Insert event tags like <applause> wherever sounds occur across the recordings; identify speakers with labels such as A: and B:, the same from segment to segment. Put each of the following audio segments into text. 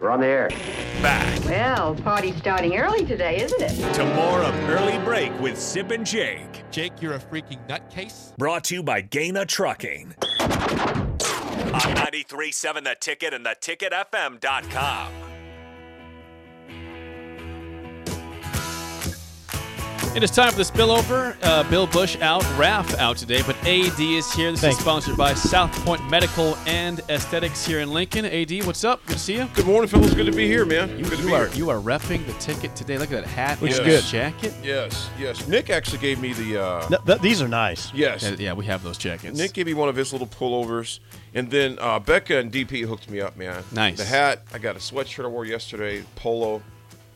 A: We're on the air.
B: Back
C: Well, party's starting early today, isn't it?
B: to more of Early Break with Sip and Jake.
D: Jake, you're a freaking nutcase.
B: Brought to you by Gaina Trucking. On 93.7 The Ticket and theticketfm.com.
E: It is time for the spillover. Uh, Bill Bush out, Raf out today, but AD is here.
D: Thank
E: This is
D: you.
E: sponsored by South Point Medical and Aesthetics here in Lincoln. AD, what's up? Good to see you.
F: Good morning, fellas. Good to be here, man.
E: You,
F: Good to
E: you
F: be
E: are
F: here.
E: you are repping the ticket today. Look at that hat.
F: Looks
E: and
F: good.
E: Jacket.
F: Yes, yes. Nick actually gave me the. Uh,
D: Th- th- these are nice.
F: Yes.
E: Yeah, yeah, we have those jackets.
F: Nick gave me one of his little pullovers, and then uh, Becca and DP hooked me up, man.
E: Nice.
F: The hat. I got a sweatshirt I wore yesterday, polo.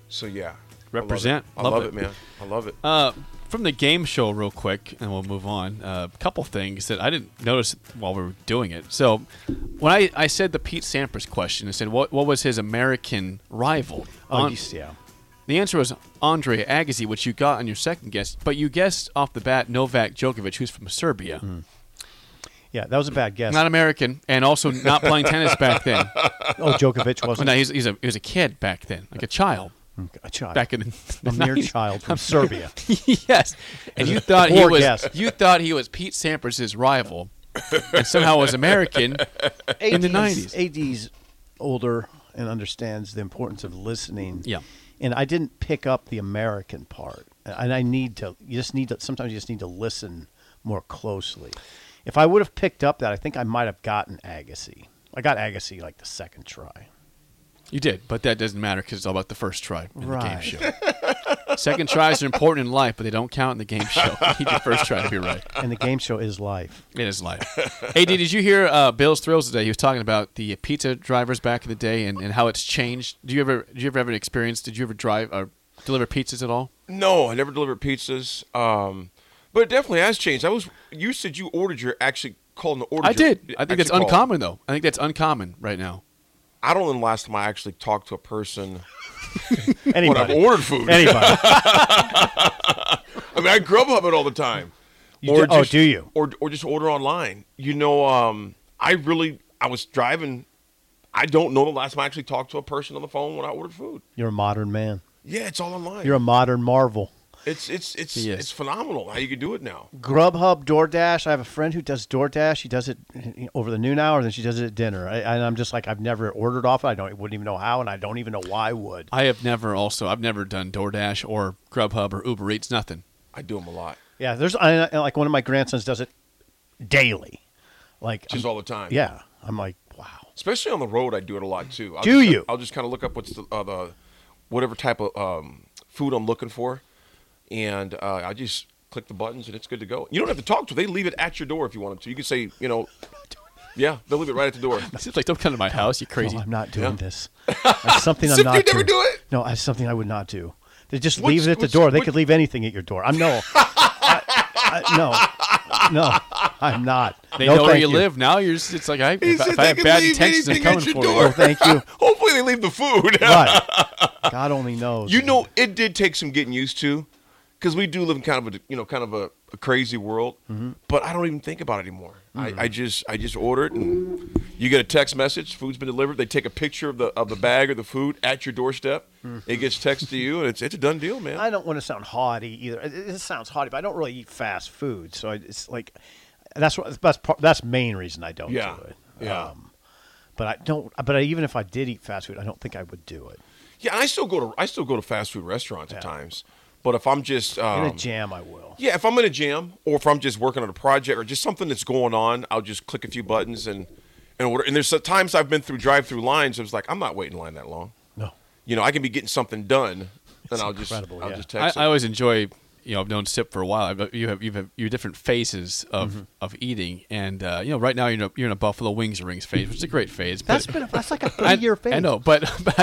F: So yeah. I love it.
E: Represent.
F: I
E: Love
F: love,
E: it.
F: it. man. I love it.
E: Uh, from the game show, real quick, and we'll move on. Uh, a couple things that I didn't notice while we were doing it. So, when I, I said the Pete Sampras question, I said, what, what was his American rival?
D: Oh,
E: On-
D: he's- yeah.
E: The answer was Andre Agassi, which you got on your second guess, but you guessed off the bat Novak Djokovic, who's from Serbia,
D: Mm. Yeah, that was a bad guess.
E: not American, and also not playing tennis
D: <laughs>
E: back then.
D: oh,
E: <laughs>
D: Djokovic
E: Well,
D: wasn't
E: no, he's, he's a he was a kid back then, like a child
D: a child.
E: back in the
D: a mere
E: 90s.
D: child
E: <laughs>
D: from Serbia.
E: yes, and you thought he
D: Poor
E: was
D: guess.
E: you thought he was Pete Sampras's rival, and somehow was American in the nineties.
D: AD's older and understands the importance of listening.
E: Yeah.
D: And I didn't pick up the American part. And I need to, you just need to, sometimes you just need to listen more closely. If I would have picked up that, I think I might have gotten Agassi. I got Agassi like the second try.
E: You did, but that doesn't matter because it's all about the first try in
D: Right.
E: the game show. Second tries are important in life, but they don't count in the game show. <laughs> You need your first try to be right.
D: And the game show is life.
E: It is life. hey, D, did you hear uh, Bill's thrills today? He was talking about the pizza drivers back in the day and, and how it's changed. Do you ever do you ever have an experience? Did you ever drive or deliver pizzas at all?
F: No, I never delivered pizzas. Um, but it definitely has changed. I was. You said you ordered your actually called and ordered.
E: I
F: your-
E: did. I think that's
F: actually called.
E: uncommon though. I think that's uncommon right now.
F: I don't know the last time I actually talked to a person when I've
D: Anybody.
F: ordered food. <laughs>
D: Anybody.
F: I mean, I grub hub it all the time.
D: You do- oh, do you?
F: Or or just order online. You know, um, I really I was driving. I don't know the last time I actually talked to a person on the phone when I ordered food.
D: You're a modern man.
F: Yeah, it's all online.
D: You're a modern marvel.
F: it's it's it's
E: Yes.
F: it's phenomenal how you can do it now.
D: Grubhub, DoorDash. I have a friend who does DoorDash. She does it over the noon hour, and then she does it at dinner. I, and I'm just like, I've never ordered off. it. I don't, wouldn't even know how, and I don't even know why I would.
E: I have never also I've never done DoorDash or Grubhub or Uber Eats nothing. <laughs>
F: I do them a lot,
D: Yeah, there's I, I- like one of my grandsons does it daily, like
F: just
D: I'm-
F: all the time.
D: yeah. I'm like, wow.
F: especially on the road, I do it a lot too. I'll
D: Do
F: just-
D: you?
F: I'll just kind of look up what's the, uh, the whatever type of um, food I'm looking for, and uh, I just click the buttons and it's good to go. You don't have to talk to. them. They leave it at your door if you want them to. You can say,
D: <laughs>
F: you know, yeah, they'll leave it right at the door.
E: It's just like don't come to my house, you crazy.
D: No, I'm not doing this. That's
F: <laughs>
D: something I'm
F: Sip,
D: not.
F: you never
D: doing.
F: do it?
D: No, that's something I would not do. They just
F: What's-
D: leave it at the
F: what's-
D: door. They
F: what-
D: could leave anything at your door. I'm no. I- I- no, no, I'm not.
E: <laughs> They
D: No,
E: know where
D: thank
E: you, live now. You're just, it's like I,
F: He
E: if, I-
F: said
E: if I
F: they
E: have
F: can
E: bad
F: leave
E: intentions, they're
F: anything at
E: coming
F: your
E: for
F: door.
D: Oh, thank you.
F: <laughs> Hopefully, they leave the food. <laughs>
D: Right. God only knows.
F: You know, it did take some getting used to, because we do live in kind of a you know kind of a, a crazy world.
D: Mm-hmm.
F: But I don't even think about it anymore. I, I just I just order it, and you get a text message. Food's been delivered. They take a picture of the of the bag or the food at your doorstep. It gets texted to you, and it's it's a done deal, man.
D: Mm-hmm. I don't want to sound haughty either. It- it- This sounds haughty, but I don't really eat fast food, so I- it's like that's what that's pro- that's main reason I don't
F: Yeah.
D: do it.
F: Yeah.
D: But I don't. But I, even if I did eat fast food, I don't think I would do it.
F: Yeah, and I still go to I still go to fast food restaurants at times. But if I'm just um,
D: In a jam, I will.
F: Yeah, if I'm in a jam or if I'm just working on a project or just something that's going on, I'll just click a few buttons and and order. And there's some times I've been through drive-through lines. It was like I'm not waiting in line that long.
D: No.
F: You know, I can be getting something done, and
D: It's
F: I'll just
D: incredible,
F: I'll
D: yeah.
F: just
E: I,
F: text.
E: I
F: them.
E: always enjoy. You know, I've known Sip for a while. But you have you have your different phases of, of eating, and uh, you know, right now you're in a, you're in a Buffalo Wings rings phase, which is a great phase.
D: That's
E: but
D: been that's like a
E: I,
D: thirty year phase.
E: I know, but, <laughs> but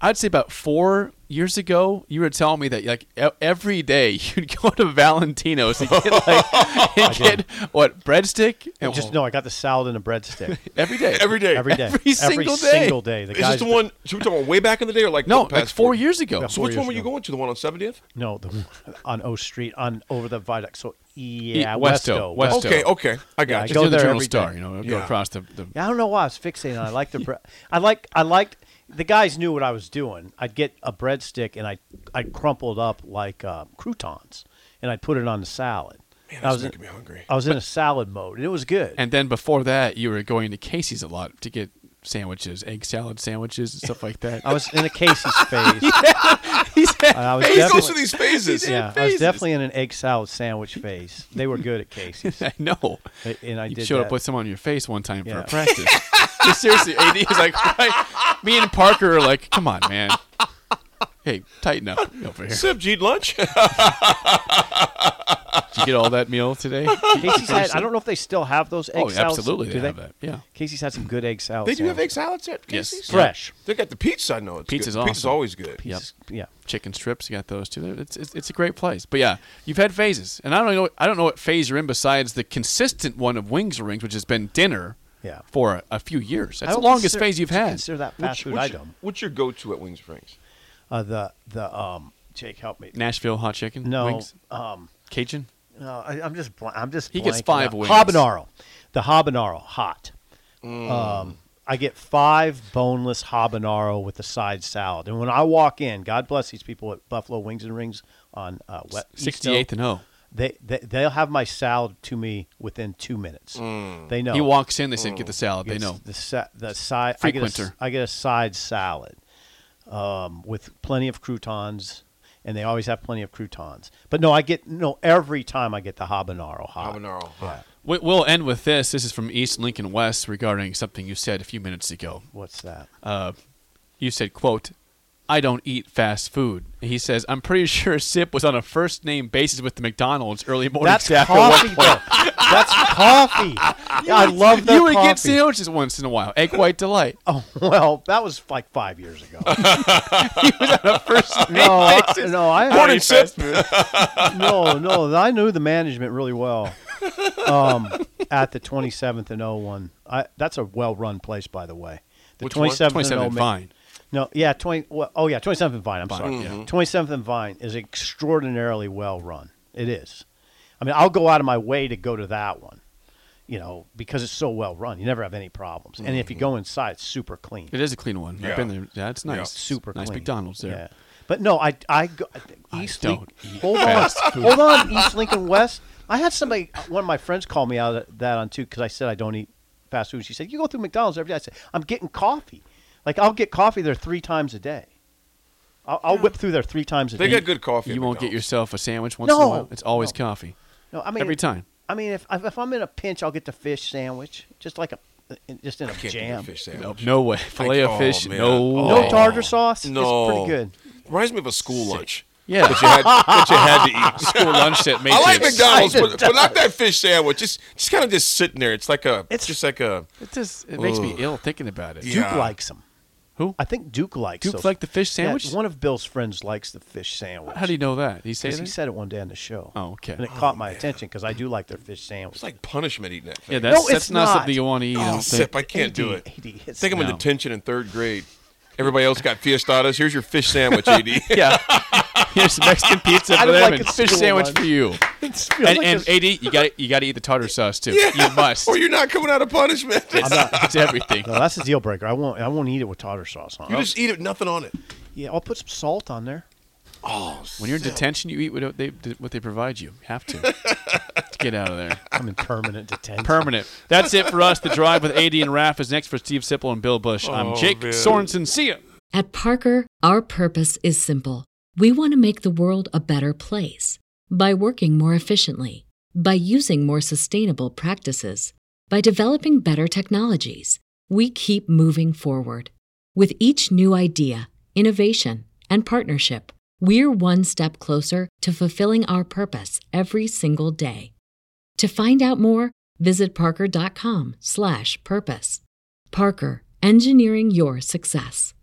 E: I'd say about four years ago, you were telling me that like e- every day <laughs> you'd go to Valentino's and
F: <laughs>
E: get like and get what breadstick and
D: Just no. I got the salad and a breadstick
E: <laughs> every day.
F: every day.
D: every day.
E: Every single day.
D: single day. The
F: Is this
D: guys
F: the one? Should we talk about way back in the day or like
E: no,
F: the
E: like
F: past
E: four years ago.
F: So which
D: Four
F: one were
D: years
F: you
D: ago.
F: going to? The one on 70th?
D: No, the one on O Street on over the viaduct. So yeah,
E: Westo,
D: Westo.
E: Westo. Still.
F: Okay, okay, I
D: I
F: got
E: Just
D: go
F: you.
E: do the
D: there
E: Journal
D: every
E: Star,
D: day.
E: you know, go
F: Yeah.
E: across the, the
D: Yeah, I don't know why I was fixating. on it. I like the, bre- I like, I liked. The guys knew what I was doing. I'd get a breadstick and I, I crumpled up like uh, croutons, and I'd put it on the salad.
F: Man,
D: I
F: that's
D: was in,
F: making me hungry.
D: I was in a salad mode, and it was good.
E: And then before that, you were going to Casey's a lot to get sandwiches, egg salad sandwiches, and stuff like
D: <laughs>
E: that.
D: I was in a
E: <laughs>
D: Casey's phase.
E: He's
D: and I was
F: He goes
D: definitely-
F: through these phases.
D: yeah, I was definitely in an egg salad sandwich phase. They were good at
E: <laughs>
D: Casey's,
E: I know.
D: A- and I
E: You
D: did.
E: showed up
D: that.
E: with someone on your face one time for
D: Yeah.
E: a practice. Just seriously, AD is like, right? me and Parker are like, come on, man. Hey, tighten up over here.
F: Sip, did you eat lunch?
E: Did you get all that meal today? oh,
D: Casey's had. I don't know if they still have those egg salads.
E: absolutely.
D: Do
E: they
D: they?
E: have that. Yeah.
D: Casey's had some good egg salad.
F: they do have egg
D: sandwiches.
F: salads at
E: Yes.
F: Casey's.
D: Fresh.
F: They got the pizza. I know it's
E: Pizza's
F: good. Pizza's
E: awesome.
F: always good.
E: Yep.
D: Yeah.
E: chicken strips. You got those too. It's, it's it's a great place. But yeah, you've had phases, and I don't know I don't know what phase you're in besides the consistent one of wings or rings, which has been dinner.
D: Yeah.
E: for a, a few years.
D: I
E: That's the
D: don't
E: longest
D: consider-
E: phase you've
D: do you
E: had.
D: Consider that fast food
F: what's,
D: item.
F: what's your go-to at Wings Springs?
D: Uh, the the um Jake, help me.
E: Nashville hot chicken.
D: No,
E: wings?
D: um,
E: Cajun.
D: no, I, I'm just bl- I'm just.
E: He gets
D: blanking
E: five
D: out.
E: wings.
D: Habanero, the habanero hot. Um, I get five boneless habanero with a side salad, and when I walk in, God bless these people at Buffalo Wings and Rings on uh, West
E: Sixty eighth and oh. O.
D: They, they they'll have my salad to me within two minutes. They know
E: He walks in. They said, "Get the salad." They
D: It's
E: know.
D: the sa- the side. I get, a,
E: Frequenter.
D: I get a side salad um, with plenty of croutons, and they always have plenty of croutons. But no, I get no every time I get the habanero hot.
F: Habanero. hot.
E: We- We'll end with this. This is from East Lincoln West regarding something you said a few minutes ago.
D: What's that?
E: you said, quote, I don't eat fast food. And he says, I'm pretty <laughs> sure Sip was on a first name basis with the McDonald's early morning
D: That's
E: staff. at one
D: coffee.
E: point.
D: Though. That's
E: <laughs>
D: coffee. Yeah, I love that
E: You would
D: coffee.
E: get sandwiches once in a while. Egg White Delight.
D: Oh <laughs> well, that was like five years
E: <laughs>
D: ago.
E: He was on a first name
D: <laughs> No, I,
E: basis.
D: no, I
F: Morning, Sip.
D: no, no. I knew the management really well um, at the 27th and 01. I, that's a well-run place, by the way. The
F: Which one?
D: 27th and
E: 27
D: 0
E: and
D: ma-
E: fine.
D: No, yeah, 20. Well, oh, yeah, 27th and Vine. I'm sorry.
E: yeah.
D: 27th and Vine is extraordinarily well-run. It is. I mean, I'll go out of my way to go to that one. You know, because it's so well run, you never have any problems. And if you go inside, it's super clean.
E: It is a clean one.
F: Yeah.
E: I've been there. Yeah, it's nice.
F: Yeah.
D: super
E: nice
D: clean.
E: McDonald's there.
D: Yeah. But no, I I go, East Link-
E: don't eat
D: hold
E: fast
D: on,
E: food.
D: hold on, East Lincoln West. I had somebody, one of my friends, call me out of that on too because I said I don't eat fast food. She said you go through McDonald's every day. I said I'm getting coffee, like I'll get coffee there three times a day. I'll, I'll whip through there three times a
F: They
D: day.
F: got good coffee. at
E: You won't get
F: McDonald's.
E: yourself a sandwich once in a
D: No.
E: while. It's always coffee.
D: no, I mean
E: every time.
D: I mean, if if I'm in a pinch, I'll get the fish sandwich, just like a, just in a
F: Can't do
D: jam.
F: the fish
E: No,
F: sandwich.
E: no way. Filet of
F: oh,
E: fish.
F: man.
E: No.
D: No
E: way.
D: tartar sauce.
F: No.
D: it's pretty good.
F: Reminds me of a school lunch.
E: Yeah.
F: That you had, that you had to eat.
E: School lunch at
F: I
E: Matrix.
F: like McDonald's, but,
E: <laughs>
F: but not that fish sandwich. Just, just kind of just sitting there. It's like a,
D: It's-
F: it's just like a.
E: It just it makes me ill thinking about it.
F: Yeah.
D: Duke likes them.
E: Who?
D: I think Duke likes
E: Duke
D: those.
E: liked the fish
D: Yeah,
E: sandwich?
D: one of Bill's friends likes the fish sandwich.
E: How do you know that? He say
D: Because he
E: that?
D: said it one day on the show.
E: Oh, okay.
D: And it caught my attention because I do like their fish sandwich.
F: It's like punishment eating that thing.
E: yeah, that's,
D: No,
E: that's
D: it's
E: not,
D: not.
E: something you want to eat. I
F: oh,
E: don't think.
F: sip, I can't do it.
D: AD,
F: I
D: it's
F: think I'm in
E: No.
F: detention in third grade. Everybody else got fiestadas. Here's your fish sandwich, AD.
E: <laughs>
F: <laughs>
E: Yeah. <laughs> Here's some Mexican pizza
D: I
E: for
D: don't
E: them
D: like
E: and
D: a
E: fish
D: school
E: sandwich
D: lunch.
E: for you.
D: <laughs> It's
E: And,
D: like
E: and
D: this-
E: AD, you got you got to eat the tartar sauce too. You must.
F: or you're not coming out of punishment. <laughs>
E: it's, <laughs>
D: <laughs>
E: it's everything.
D: no, that's a deal breaker. I won't. I won't eat it with tartar sauce on.
F: you
D: it.
F: just eat it, with nothing on it.
D: yeah, I'll put some salt on there.
E: When you're in detention, you eat what they what they provide you. You have to. To Get out of there.
D: I'm in
E: <laughs>
D: permanent detention.
E: Permanent. That's it for us. The drive with AD and Raph is next for Steve Sipple and Bill Bush. I'm
F: Oh,
E: Jake
F: man.
E: Sorensen. See ya.
G: At Parker, our purpose is simple. We want to make the world a better place by working more efficiently, by using more sustainable practices, by developing better technologies. We keep moving forward. With each new idea, innovation, and partnership, we're one step closer to fulfilling our purpose every single day. To find out more, visit parker.com/purpose. Parker, engineering your success.